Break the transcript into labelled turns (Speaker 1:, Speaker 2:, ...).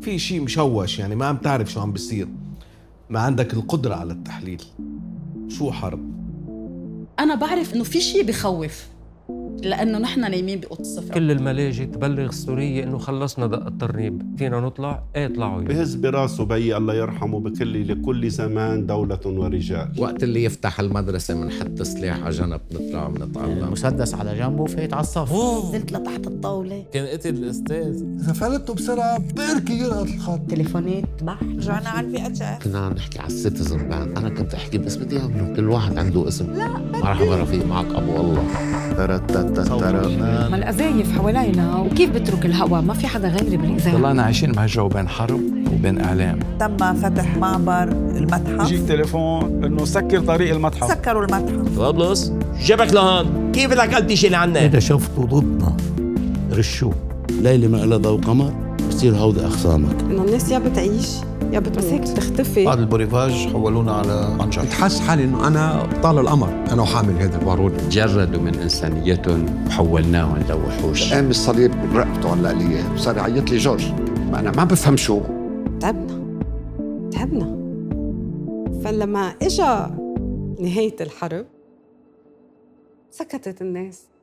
Speaker 1: في شيء مشوش يعني ما عم تعرف شو عم بيصير ما عندك القدرة على التحليل شو حرب
Speaker 2: انا بعرف انه في شيء بخوف لانه نحن نايمين بأوضة الصفراء
Speaker 3: كل الملاجئ تبلغ سوريا انه خلصنا دق الترنيب فينا نطلع ايه اطلعوا يلا.
Speaker 4: بهز براسه بي الله يرحمه بكل لكل زمان دولة ورجال
Speaker 5: وقت اللي يفتح المدرسة بنحط سلاح على جنب نطلع بنتعلم
Speaker 6: مسدس على جنبه فايت على الصف
Speaker 7: نزلت لتحت الطاولة
Speaker 8: كان قتل الاستاذ
Speaker 9: إذا فلتوا بسرعة بركي يلقط الخط
Speaker 7: تليفونات بحر
Speaker 10: رجعنا على الفئة شهر
Speaker 5: كنا عم نحكي على السيتيزن باند انا كنت احكي باسم ديابلو كل واحد عنده اسم مرحبا رفيق معك ابو الله
Speaker 11: ما القذايف حوالينا وكيف بترك الهواء ما في حدا غيري بالقذايف
Speaker 12: ضلنا عايشين بهالجو بين حرب وبين اعلام
Speaker 10: تم فتح معبر المتحف
Speaker 9: يجيك تليفون انه سكر طريق المتحف
Speaker 10: سكروا المتحف
Speaker 13: طرابلس جبك لهون كيف بدك قلبي شيل عنا
Speaker 14: إذا شفتوا ضدنا رشوا
Speaker 15: ليلة ما إلها ضوء قمر بصير هودي أخصامك
Speaker 16: إنه الناس يا بتعيش يا بت- بس هيك
Speaker 12: بعد
Speaker 16: بتختفي
Speaker 12: البوريفاج حولونا على منجر
Speaker 17: حس حالي انه انا طال القمر انا وحامل هذا البارود
Speaker 5: تجردوا من انسانيتهم وحولناهم لوحوش
Speaker 18: قام الصليب من رقبته علق لي اياه وصار يعيط لي جورج ما انا ما بفهم شو
Speaker 16: تعبنا تعبنا فلما اجا نهاية الحرب سكتت الناس